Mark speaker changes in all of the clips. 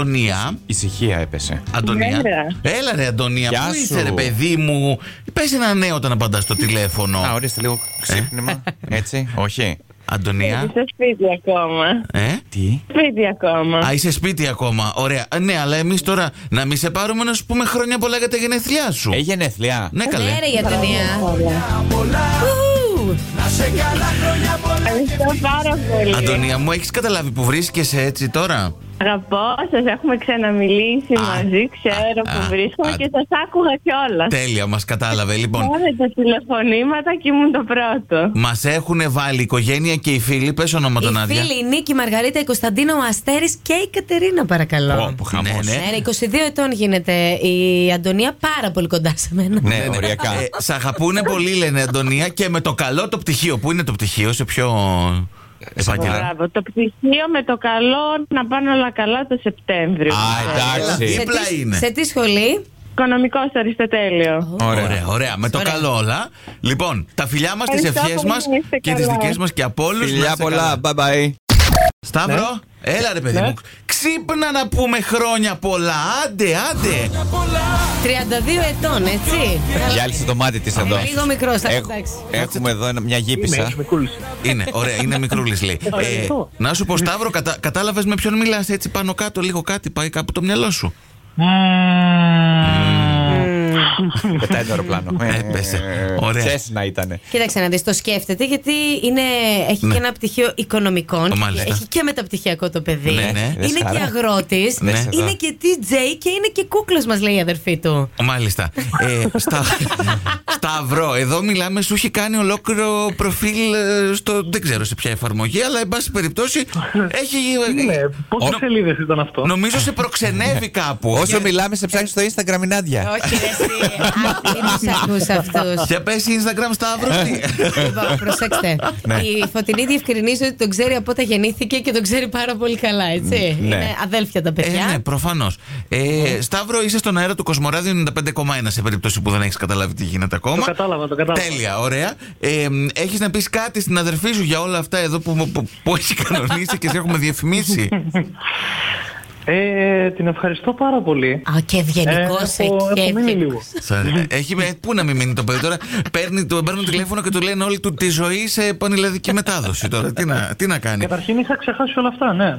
Speaker 1: Αντωνία.
Speaker 2: Ησυχία έπεσε.
Speaker 1: Αντωνία.
Speaker 3: Έλα.
Speaker 1: Έλα ρε Αντωνία,
Speaker 2: Γεια
Speaker 1: πού
Speaker 2: σου.
Speaker 1: είσαι ρε παιδί μου. Πες ένα ναι όταν απαντάς στο τηλέφωνο.
Speaker 2: Α, ορίστε λίγο ξύπνημα. Ε. Έτσι, όχι.
Speaker 1: Αντωνία.
Speaker 3: Είσαι σπίτι ακόμα.
Speaker 1: Ε.
Speaker 2: Τι.
Speaker 3: Σπίτι ακόμα.
Speaker 1: Α, είσαι σπίτι ακόμα. Ωραία. Ε, Ναι, αλλά εμείς τώρα να μην σε πάρουμε να σου πούμε χρόνια πολλά για τα γενέθλιά σου.
Speaker 2: Έγινε θλιά.
Speaker 1: Ναι, καλέ.
Speaker 4: Ναι, ρε για ταινία.
Speaker 3: Πολλά.
Speaker 4: Ουου.
Speaker 3: Ευχαριστώ πάρα πολύ.
Speaker 1: Αντωνία μου, έχεις καταλάβει που βρίσκεσαι έτσι τώρα.
Speaker 3: Αγαπώ σας, έχουμε ξαναμιλήσει
Speaker 1: Α,
Speaker 3: μαζί. Ξέρω
Speaker 1: α, α,
Speaker 3: που βρίσκομαι
Speaker 1: α.
Speaker 3: και σας άκοugα κιόλας.
Speaker 1: Τέλεια, μας κατάλαβε. Λοιπόν,
Speaker 3: Πάρε τα τηλεφωνήματα και ήμουν το πρώτο.
Speaker 1: μας έχουν βάλει η οικογένεια και οι φίλοι. Πες ονόματα,
Speaker 4: Η
Speaker 1: Νάντια.
Speaker 4: φίλη η Νίκη, η Μαργαρίτα, η Κωνσταντίνα, ο Αστέρης και η Κατερίνα, παρακαλώ.
Speaker 2: Όπου χαμός.
Speaker 1: Ναι,
Speaker 4: Ναι, ρε, 22 ετών γίνεται η Αντωνία, πάρα πολύ κοντά σε μένα.
Speaker 2: Ναι, οριακά.
Speaker 1: Ε, σ' αγαπούνε πολύ, λένε Αντωνία, και με το καλό το πτυχίο. Πού είναι το πτυχίο, σε ποιο επάγγελμα.
Speaker 3: Μπράβο. Το πτυχίο με το καλό να πάνε όλα καλά το Σεπτέμβριο.
Speaker 2: Α,
Speaker 4: Σε
Speaker 2: εντάξει.
Speaker 1: Δίπλα
Speaker 4: τι-
Speaker 1: είναι.
Speaker 4: Σε τι σχολή.
Speaker 3: Οικονομικός Αριστοτέλειο.
Speaker 2: ναι.
Speaker 1: Ωραία, ωραία. Με το
Speaker 4: Ωραία.
Speaker 1: καλό όλα. Λοιπόν, τα φιλιά μας, τις
Speaker 3: Ευχαριστώ
Speaker 1: ευχές
Speaker 3: πολύ,
Speaker 1: μας
Speaker 3: να είστε
Speaker 1: και τις
Speaker 3: καλά.
Speaker 1: δικές μας και από όλους.
Speaker 2: Φιλιά πολλά. Bye bye.
Speaker 1: Σταύρο, έλα ρε παιδί
Speaker 3: Ναι.
Speaker 1: μου. Ξύπνα να πούμε χρόνια πολλά. Άντε, άντε.
Speaker 4: 32 ετών, έτσι. Ε,
Speaker 2: Γυάλισε το μάτι της εδώ.
Speaker 4: Λίγο μικρός, θα
Speaker 2: Έχ-
Speaker 4: εντάξει.
Speaker 2: Έχουμε εδώ ένα- μια γύπησα.
Speaker 1: είναι, ωραία, είναι μικρούλης λέει. Ε, να σου πω, Σταύρο, κατα, κατάλαβες με ποιον μιλάς έτσι πάνω κάτω, λίγο κάτι πάει κάπου το μυαλό σου.
Speaker 2: Πετάει το αεροπλάνο.
Speaker 1: Ναι,
Speaker 2: Ε,
Speaker 1: Έπεσε. Ωραία.
Speaker 2: Τσες να ήταν.
Speaker 4: Κοίταξε να δεις, το σκέφτεται γιατί είναι, έχει και ένα πτυχίο οικονομικών. και
Speaker 1: Ναι. Μάλιστα.
Speaker 4: Έχει και μεταπτυχιακό το παιδί.
Speaker 1: Ναι, ναι.
Speaker 2: Δες
Speaker 4: Είναι και
Speaker 2: χαρά.
Speaker 4: αγρότη.
Speaker 1: Ναι.
Speaker 4: Είναι και DJ και είναι και κούκλος, μας λέει η αδερφή του.
Speaker 1: Μάλιστα. Ε, στα, Σταυρό, εδώ μιλάμε, σου έχει κάνει ολόκληρο προφίλ ε, στο. Δεν ξέρω σε ποια εφαρμογή, αλλά εν πάση περιπτώσει έχει.
Speaker 5: Ναι, πόσες
Speaker 1: Νο-
Speaker 5: σελίδες ήταν αυτό.
Speaker 1: Νομίζω σε προξενεύει κάπου.
Speaker 2: Όσο
Speaker 1: Για-
Speaker 2: μιλάμε, σε ψάχνει στο Instagram η Νάντια.
Speaker 4: Όχι, ρε, εσύ. του ακούς αυτούς.
Speaker 1: Για πες Instagram Σταύρο. τι-
Speaker 4: Λοιπόν, προσέξτε.
Speaker 1: Ναι.
Speaker 4: Η Φωτεινή διευκρινίζει ότι τον ξέρει από όταν γεννήθηκε και τον ξέρει πάρα πολύ καλά, έτσι.
Speaker 2: ναι.
Speaker 4: Είναι αδέλφια τα
Speaker 1: Ε, ναι,
Speaker 4: παιδιά.
Speaker 1: προφανώς. Ε, Σταύρο, είσαι στον αέρα του Κοσμοράδιου 95,1 σε περίπτωση που δεν έχεις καταλάβει τι γίνεται ακόμα.
Speaker 5: Το κατάλαβα, το κατάλαβα.
Speaker 1: Τέλεια, ωραία. Ε, έχεις να πεις κάτι στην αδερφή σου για όλα αυτά εδώ που, που, που έχει κανονίσει και σε έχουμε διαφημίσει.
Speaker 5: Ε, την ευχαριστώ πάρα πολύ.
Speaker 4: Α, και ευγενικός
Speaker 5: Ε, έχω-
Speaker 4: και
Speaker 5: έχω μείνει λίγο.
Speaker 4: ευγενικός.
Speaker 1: Σα- έχει, ε, πού να μην μείνει το παιδί τώρα. Παίρνει, το, παίρνουν τηλέφωνο και του λένε όλη του τη ζωή σε πανελλαδική μετάδοση τώρα. τι, να, τι να κάνει.
Speaker 5: Καταρχήν είχα ξεχάσει όλα αυτά, ναι.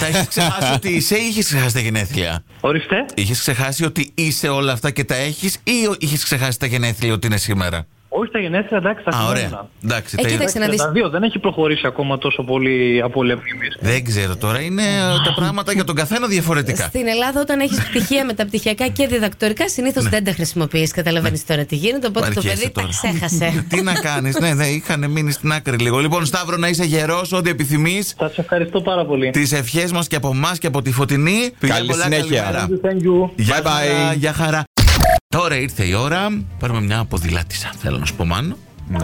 Speaker 1: Τα έχει ξεχάσει ότι είσαι ή είχες ξεχάσει τα γενέθλια.
Speaker 5: Ορίστε.
Speaker 1: Είχες ξεχάσει ότι είσαι όλα αυτά και τα έχεις ή είχες ξεχάσει τα γενέθλια ότι είναι σήμερα.
Speaker 5: Όχι τα γενέθλια, εντάξει, τα
Speaker 1: Α, ωραία.
Speaker 5: χειμώνα.
Speaker 1: Εντάξει,
Speaker 4: Ε,
Speaker 1: τα είδα.
Speaker 4: κοίταξε να δεις.
Speaker 5: Τα δύο δεν έχει προχωρήσει ακόμα τόσο πολύ από όλα εμείς.
Speaker 1: Δεν ξέρω τώρα. Είναι ε, τα πράγματα για τον καθένα διαφορετικά.
Speaker 4: Στην Ελλάδα, όταν έχεις πτυχία μεταπτυχιακά και διδακτορικά,
Speaker 1: Ναι.
Speaker 4: συνήθω δεν τα χρησιμοποιείς. Καταλαβαίνεις τώρα τι γίνεται. Οπότε το
Speaker 1: Αρχίσαι
Speaker 4: παιδί τα
Speaker 1: τώρα.
Speaker 4: ξέχασε.
Speaker 1: Τι να κάνεις, ναι, ναι, είχαν μείνει στην άκρη λίγο. Λοιπόν, Σταύρο, να είσαι γερός, ό,τι επιθυμείς.
Speaker 5: Σα ευχαριστώ πάρα πολύ.
Speaker 1: Τις ευχές μας και από εμάς και από τη φωτεινή. Φιλιά
Speaker 2: Καλή
Speaker 1: πολλά,
Speaker 2: συνέχεια.
Speaker 1: καλημέρα.
Speaker 5: Thank you.
Speaker 1: Γεια
Speaker 2: Bye bye.
Speaker 1: χαρά, γεια χαρά. Τώρα ήρθε η ώρα. Πάρουμε μια αποδηλάτησα, θέλω να σου πω, Μάνο.
Speaker 2: Ναι.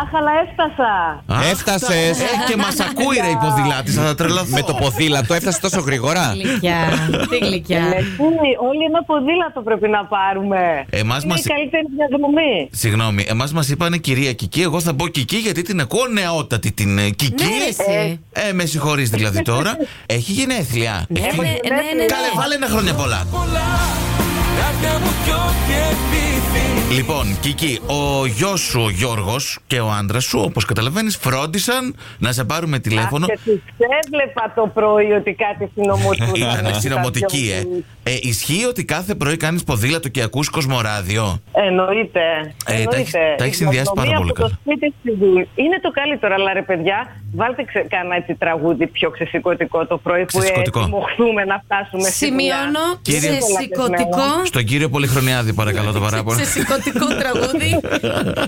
Speaker 3: Αχ, αλλά έφτασα.
Speaker 1: Αχ,
Speaker 2: Έφτασες.
Speaker 1: Ε, και μας ακούει ρε η ποδηλάτησα, θα τρελαθώ.
Speaker 2: Με το ποδήλατο έφτασε τόσο γρήγορα.
Speaker 4: γλυκιά.
Speaker 5: Ε,
Speaker 4: Τι
Speaker 5: ναι.
Speaker 4: γλυκιά.
Speaker 3: Λεκούρη, Ε, όλοι ένα ποδήλατο πρέπει να πάρουμε.
Speaker 1: Εμάς
Speaker 3: Είναι
Speaker 1: μας-
Speaker 3: η καλύτερη διαδρομή.
Speaker 1: Συγγνώμη, εμάς μας είπανε κυρία Κική. Εγώ θα πω Κική γιατί την ακούω νεότατη την ε, Κική.
Speaker 4: Ναι, ρε, εσύ.
Speaker 1: Ε, με συγχωρείς δηλαδή τώρα. Έχει γενέθλια.
Speaker 4: Ναι, ναι, ναι, ναι, ναι.
Speaker 1: Καλέ, βάλε ένα χρόνια πολλά. Λοιπόν, Κική, ο γιος σου, ο Γιώργος και ο άντρας σου, όπως καταλαβαίνεις, φρόντισαν να σε πάρουμε τηλέφωνο. Ε,
Speaker 3: Αχ, Και τους έβλεπα το πρωί ότι κάτι συνομωτούν.
Speaker 1: Ήταν συνωμοτική, ε. ε. Ισχύει ότι κάθε πρωί κάνεις ποδήλατο και ακούς κοσμοράδιο.
Speaker 3: Εννοείται.
Speaker 1: Ε, τα έχεις- τα έχεις συνδυάσει πάρα πολύ
Speaker 3: καλά.
Speaker 1: καλά.
Speaker 3: Είναι το καλύτερο, αλλά ρε παιδιά, βάλτε ξε, κανένα έτσι τραγούδι πιο ξεσηκωτικό το πρωί που
Speaker 1: Ξεσηκωτικό.
Speaker 3: έτσι μοχθούμε να φτάσουμε στη δουλειά.
Speaker 4: Σημειώνω
Speaker 1: Κύριε-
Speaker 4: σε σηκωτικό.
Speaker 1: Στον κύριο Πολυχρονιάδη, παρακαλώ το παράπονο.
Speaker 4: Σε σηκωτικό τραγούδι για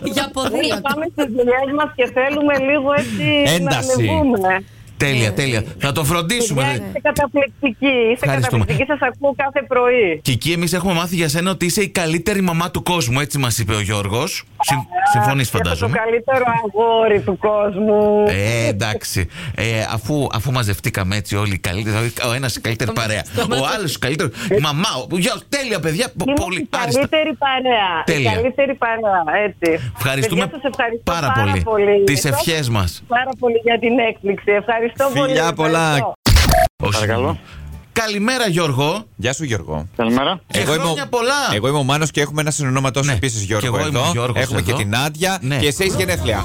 Speaker 3: Όταν
Speaker 4: ποδήλατο.
Speaker 3: Πάμε στις δουλειές μας και θέλουμε λίγο έτσι
Speaker 2: Ένταση.
Speaker 3: να ανεβούμε.
Speaker 1: τέλεια,
Speaker 4: Ναι.
Speaker 1: τέλεια. Θα το φροντίσουμε.
Speaker 3: Παιδιά,
Speaker 1: ρε.
Speaker 3: Είστε καταπληκτικοί. Είστε
Speaker 1: Ευχαριστούμε.
Speaker 3: καταπληκτικοί. Σας ακούω κάθε πρωί.
Speaker 1: Και εκεί εμείς έχουμε μάθει για σένα ότι είσαι η καλύτερη μαμά του κόσμου, έτσι μας είπε ο Γιώργος. Συμφωνεί,
Speaker 3: Είστε
Speaker 1: φαντάζομαι.
Speaker 3: Το καλύτερο αγόρι του κόσμου.
Speaker 1: Ε, εντάξει. Ε, αφού, αφού μαζευτήκαμε έτσι όλοι οι καλύτεροι, ο ένας η καλύτερη παρέα. Ο άλλο καλύτερο. Μαμά, ο- γεια, τέλεια παιδιά. πο-
Speaker 3: Είμαστε
Speaker 1: Πολύ
Speaker 3: η
Speaker 1: άριστα.
Speaker 3: καλύτερη παρέα.
Speaker 1: Τέλεια.
Speaker 3: Η καλύτερη παρέα, έτσι.
Speaker 1: Ευχαριστούμε
Speaker 3: Παιδιά, σας ευχαριστώ
Speaker 1: πάρα πολύ. Τις
Speaker 3: Σας
Speaker 1: ευχές μας.
Speaker 3: Πάρα πολύ για την έκπληξη. Ευχαριστώ πολύ.
Speaker 2: Φιλιά πολλά.
Speaker 3: ευχαριστώ.
Speaker 1: Όσο-
Speaker 6: Παρακαλώ.
Speaker 1: Καλημέρα, Γιώργο.
Speaker 2: Γεια σου, Γιώργο.
Speaker 7: Καλημέρα.
Speaker 1: Και χρόνια πολλά.
Speaker 2: Εγώ είμαι ο Μάνος και έχουμε ένα συνονόματός
Speaker 1: Ναι.
Speaker 2: ναι. επίσης
Speaker 1: Και
Speaker 2: Γιώργο
Speaker 1: εγώ είμαι ο
Speaker 2: εδώ.
Speaker 1: Γιώργος
Speaker 2: έχουμε
Speaker 1: εδώ.
Speaker 2: και την Άντια
Speaker 1: Ναι.
Speaker 2: και εσύ έχεις γενέθλια.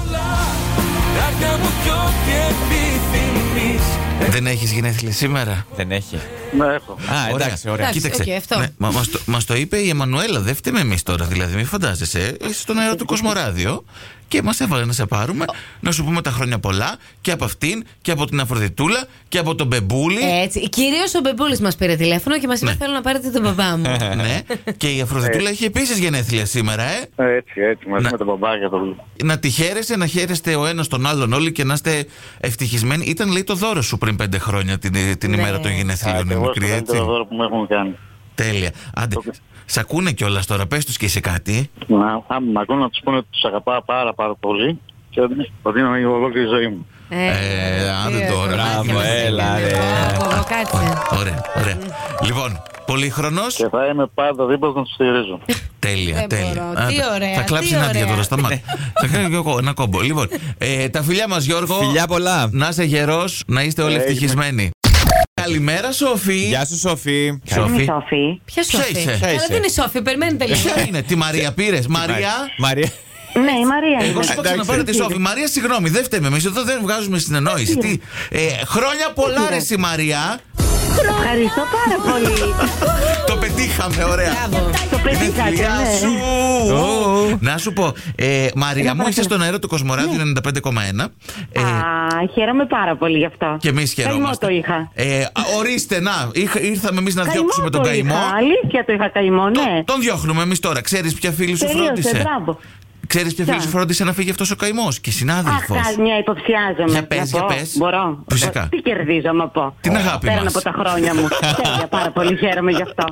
Speaker 1: Δεν έχεις γενέθλια σήμερα.
Speaker 2: Δεν έχει.
Speaker 7: Ναι, έχω.
Speaker 2: Α, εντάξει, ωραία.
Speaker 4: Εντάξει,
Speaker 1: Κοίταξε. Ναι,
Speaker 4: οκ, αυτό.
Speaker 1: μα μας το, μας το είπε η Εμμανουέλα. Δεν φταίμε εμείς τώρα. Δηλαδή, μην φαντάζεσαι. Είσαι στον αέρα του Κοσμοράδιο και μας έβαλε να σε πάρουμε, να σου πούμε τα χρόνια πολλά και από αυτήν και από την Αφροδιτούλα και από τον Μπεμπούλη.
Speaker 4: Έτσι. Κυρίως ο Μπεμπούλης μας πήρε τηλέφωνο και μας είπε:
Speaker 1: Ναι.
Speaker 4: Θέλω να πάρετε τον μπαμπά μου.
Speaker 1: ναι. Και η Αφροδιτούλα έχει επίσης γενέθλια σήμερα, ε.
Speaker 7: Έτσι, έτσι, μαζί
Speaker 1: Ναι.
Speaker 7: με τον μπαμπά και τον.
Speaker 1: Να τη χαίρεσαι, να χαίρεστε ο ένας τον άλλον όλοι και να είστε ευτυχισμένοι. Ήταν, λέει, το δώρο σου πριν πέντε χρόνια την, την
Speaker 4: Ναι.
Speaker 1: ημέρα των γενεθλίων, η
Speaker 7: Ακριβώ το
Speaker 1: μικρή, έτσι.
Speaker 7: καλύτερο δώρο που μου έχουν κάνει.
Speaker 1: Τέλεια. Άντε, σ' ακούνε κιόλας τώρα, πες τους και είσαι κάτι.
Speaker 7: Να, άμα με ακούνε να τους πούνε ότι τους αγαπάω πάρα πάρα πολύ και ότι- ότι είναι η ολόκληρη ζωή μου.
Speaker 1: Ε, άντε
Speaker 4: δύο
Speaker 1: τώρα.
Speaker 4: κομμάτια
Speaker 2: Μπράβο,
Speaker 4: μας
Speaker 2: έλα,
Speaker 4: έκανε.
Speaker 2: ρε.
Speaker 4: Μπράβο, εγώ Κάτσε. Ε,
Speaker 1: Ωραία, ωραία. Λοιπόν, πολύχρονος.
Speaker 7: Και θα είμαι πάντα δίπλα να τους στηρίζω.
Speaker 1: Τέλεια,
Speaker 4: Δεν
Speaker 1: τέλεια.
Speaker 4: μπορώ.
Speaker 1: Άντε,
Speaker 4: Τι ωραία,
Speaker 1: Θα
Speaker 4: τι
Speaker 1: κλάψει η Νάντια
Speaker 4: ωραία.
Speaker 1: τώρα, σταμάτα. Θα κάνω και εγώ ένα κόμπο. Λοιπόν, ε, τα φιλιά μας, Γιώργο.
Speaker 2: Φιλιά πολλά.
Speaker 1: Να είσαι γερός, να είστε όλοι ευτυχισμένοι. Καλημέρα, Σοφή.
Speaker 2: Γεια σου, Σοφή.
Speaker 8: Είμαι η
Speaker 1: Σοφή.
Speaker 8: Σοφή.
Speaker 1: Ποια
Speaker 4: Ποια Σόφη.
Speaker 1: είσαι,
Speaker 2: ποια
Speaker 4: Αλλά
Speaker 2: είσαι.
Speaker 4: δεν είναι Σόφη, περιμένετε λίγο.
Speaker 1: Ποια είναι, τη Μαρία πήρες. Μαρία.
Speaker 2: Μαρία.
Speaker 8: Ναι, η Μαρία
Speaker 1: Εγώ
Speaker 8: είναι.
Speaker 1: σου είπα
Speaker 2: Εντάξει.
Speaker 1: ξαναπάρε τη ε, Σόφη. Μαρία, συγγνώμη, δεν φταίμε εμείς. Εδώ δεν βγάζουμε συνεννόηση. Τι, ε, χρόνια πολλά, ρε, η Μαρία.
Speaker 8: Ευχαριστώ πάρα πολύ.
Speaker 1: Το πετύχαμε, ωραία.
Speaker 4: Μπράβο.
Speaker 8: Το πετύχατε,
Speaker 1: Φιλιά
Speaker 8: ναι.
Speaker 1: σου. Να σου πω, ε, Μαρία μου, είσαι στον αέρα του Κοσμοράδιου 95,1. Ε,
Speaker 8: Ναι. Α, χαίρομαι πάρα πολύ γι' αυτό.
Speaker 1: και εμείς
Speaker 8: Καημό
Speaker 1: χαιρόμαστε.
Speaker 8: το είχα.
Speaker 1: Ε, α, ορίστε, να, είχα- ήρθαμε εμείς να
Speaker 8: Καημό
Speaker 1: διώξουμε τον
Speaker 8: το
Speaker 1: καημό.
Speaker 8: είχα. Αλήθεια το είχα καημό,
Speaker 1: Το-
Speaker 8: ναι.
Speaker 1: Τον διώχνουμε εμείς τώρα. Ξέρεις ποια φίλη σου
Speaker 8: Τελείωσε,
Speaker 1: φρόντισε.
Speaker 8: μπράβο.
Speaker 1: Ξέρεις ποια φίλη
Speaker 8: Ποια?
Speaker 1: σου φρόντισε να φύγει αυτός ο καημός και
Speaker 8: Αχ,
Speaker 1: συνάδελφο.
Speaker 8: κάνει μια υποψιάζομαι.
Speaker 1: Για πες,
Speaker 8: Να
Speaker 1: για
Speaker 8: πω.
Speaker 1: πες.
Speaker 8: Μπορώ.
Speaker 1: Φυσικά.
Speaker 8: Τι κερδίζω, άμα πω.
Speaker 1: Την αγάπη
Speaker 8: Πέραν
Speaker 1: μας.
Speaker 8: από τα χρόνια μου. Τέλεια, πάρα πολύ χαίρομαι γι' αυτό.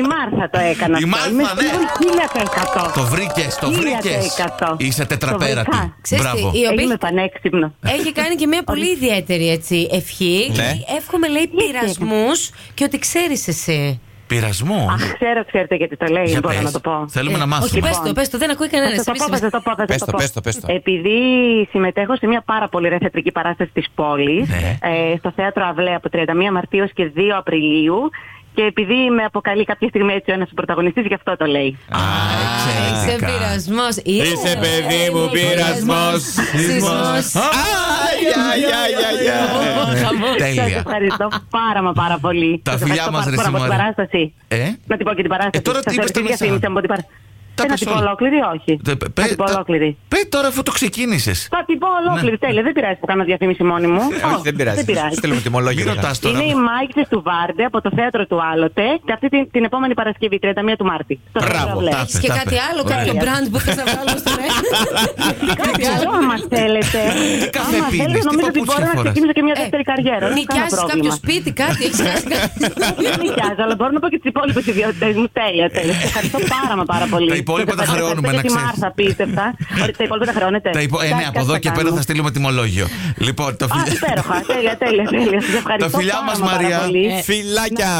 Speaker 8: Η Μάρθα το έκανε
Speaker 1: Η
Speaker 8: αυτό.
Speaker 1: Μάρθα,
Speaker 8: Είμαι
Speaker 1: ναι.
Speaker 8: σίγουρη 1100.
Speaker 1: Το βρήκες, το βρήκε.
Speaker 8: 1100.
Speaker 1: Είσαι
Speaker 8: Το
Speaker 1: τετραπέρατη.
Speaker 8: βρήκα.
Speaker 4: Ξέρεις τι,
Speaker 1: Μπράβο.
Speaker 4: η οποία
Speaker 8: Είμαι πανέξυπνο.
Speaker 4: έχει κάνει και μια πολύ ιδιαίτερη έτσι, ευχή.
Speaker 2: Ναι.
Speaker 4: Και Εύχομαι, λέει, πειρασμούς και ότι ξέρεις εσύ.
Speaker 1: Πειρασμό.
Speaker 8: Αχ, ξέρω, ξέρετε γιατί το λέει.
Speaker 1: Για
Speaker 8: Δεν μπορώ
Speaker 1: πες.
Speaker 8: να το πω.
Speaker 1: Θέλουμε να
Speaker 4: Ε, Όχι,
Speaker 1: μάθουμε.
Speaker 4: πες το, πες το, δεν ακούει κανένας.
Speaker 8: Λοιπόν. Θα σας το πω, θα σας το πω, θα σας
Speaker 2: Πες
Speaker 8: το
Speaker 2: το,
Speaker 8: πω.
Speaker 2: πες το, πες το.
Speaker 8: Επειδή συμμετέχω σε μια πάρα πολύ ωραία θεατρική παράσταση της πόλης,
Speaker 1: Ναι.
Speaker 8: ε, στο θέατρο Αυλέ από 31 Μαρτίου ως και 2 Απριλίου, και επειδή με αποκαλεί κάποια στιγμή έτσι ο ένας πρωταγωνιστής, γι' αυτό το λέει.
Speaker 1: Α,
Speaker 4: Είσαι
Speaker 1: εξαιρετικά.
Speaker 4: πειρασμός.
Speaker 2: Είσαι παιδί μου πειρασμός.
Speaker 4: Σεισμός.
Speaker 8: Ε, Σας
Speaker 1: Ε, Τέλεια.
Speaker 8: ευχαριστώ πάρα μα πάρα πολύ.
Speaker 1: Τα
Speaker 8: Σας
Speaker 1: φιλιά
Speaker 8: ευχαριστώ
Speaker 1: μας,
Speaker 8: πάρα
Speaker 1: ρε,
Speaker 8: πολύ από την
Speaker 1: Σιμώνα.
Speaker 8: παράσταση.
Speaker 1: Ε?
Speaker 8: Να την πω και την παράσταση.
Speaker 1: Ε, τώρα
Speaker 8: Σας
Speaker 1: τι είπες
Speaker 8: αρέσει
Speaker 1: τα
Speaker 8: η
Speaker 1: μισά.
Speaker 8: διαφήμιση, να πω την παρα-
Speaker 1: Τα
Speaker 8: Δεν θα
Speaker 1: πες
Speaker 8: την πω
Speaker 1: όλα.
Speaker 8: ολόκληρη, όχι.
Speaker 1: Τε- πε- Ναι.
Speaker 8: Θα την πω
Speaker 1: τα-
Speaker 8: ολόκληρη.
Speaker 1: Πε τώρα αφού το ξεκίνησες.
Speaker 8: Θα την πω ολόκληρη, τέλεια. Δεν πειράζει που κάνω διαφήμιση μόνη μου.
Speaker 1: Ε,
Speaker 2: Όχι,
Speaker 8: Όχι,
Speaker 2: δεν πειράζει. Στέλνουμε
Speaker 1: Μην
Speaker 2: τιμολόγια. μετά.
Speaker 1: ρωτάς τώρα.
Speaker 8: Είναι η Μάικτη του Βάρντε από το θέατρο του Άλλοτε και αυτή την, την επόμενη Παρασκευή, 31 του Μάρτη. Στο
Speaker 1: Μπράβο,
Speaker 8: θέατρο Βλέ.
Speaker 1: τα
Speaker 4: Έχεις και
Speaker 1: Τα
Speaker 4: κάτι
Speaker 1: πες.
Speaker 4: άλλο, κάποιο
Speaker 8: Ωραία.
Speaker 4: μπραντ που θες να βάλουμε στον αέρα.
Speaker 8: Κάτι άλλο, άμα θέλετε.
Speaker 1: Τι καφέ
Speaker 8: Άμα
Speaker 1: πίνεις,
Speaker 8: θέλετε,
Speaker 1: τι
Speaker 8: νομίζω ότι
Speaker 1: παπούτσια
Speaker 8: μπορώ να
Speaker 1: φοράς.
Speaker 8: ξεκινήσω και μια
Speaker 4: Ε,
Speaker 8: δεύτερη καριέρα. Δεν έχω
Speaker 4: Νοικιάζεις
Speaker 8: κανένα
Speaker 4: κάποιο
Speaker 8: πρόβλημα. Ναι,
Speaker 4: σπίτι, κάτι, έχεις χάσει
Speaker 8: Δεν
Speaker 4: κάτι.
Speaker 8: νοικιάζω, αλλά μπορώ να πω και τις υπόλοιπες ιδιότητες μου. Τέλεια, τέλεια. Σας Ευχαριστώ πάρα μα πάρα πολύ.
Speaker 1: Τα υπόλοιπα
Speaker 8: Σας
Speaker 1: τα
Speaker 8: ευχαριστώ
Speaker 1: χρεώνουμε,
Speaker 8: για
Speaker 1: να
Speaker 8: τη
Speaker 1: ξέρεις.
Speaker 8: Μάρθα, απίστευτα. Ότι τα υπόλοιπα τα χρεώνετε.
Speaker 1: Τα υπο- ε, ναι,
Speaker 8: Εντάξει,
Speaker 1: από εδώ
Speaker 8: κάτι
Speaker 1: και πέρα
Speaker 8: κάνουμε.
Speaker 1: θα στείλουμε τιμολόγιο. Λοιπόν, το
Speaker 8: Α,
Speaker 1: φιλιά.
Speaker 8: υπέροχα. τέλεια, τέλεια, τέλεια. Σας ευχαριστώ
Speaker 1: φιλιά
Speaker 8: πάρα
Speaker 1: μας,
Speaker 8: μα πάρα
Speaker 1: Μαρία.
Speaker 8: πολύ.
Speaker 2: Φιλάκια.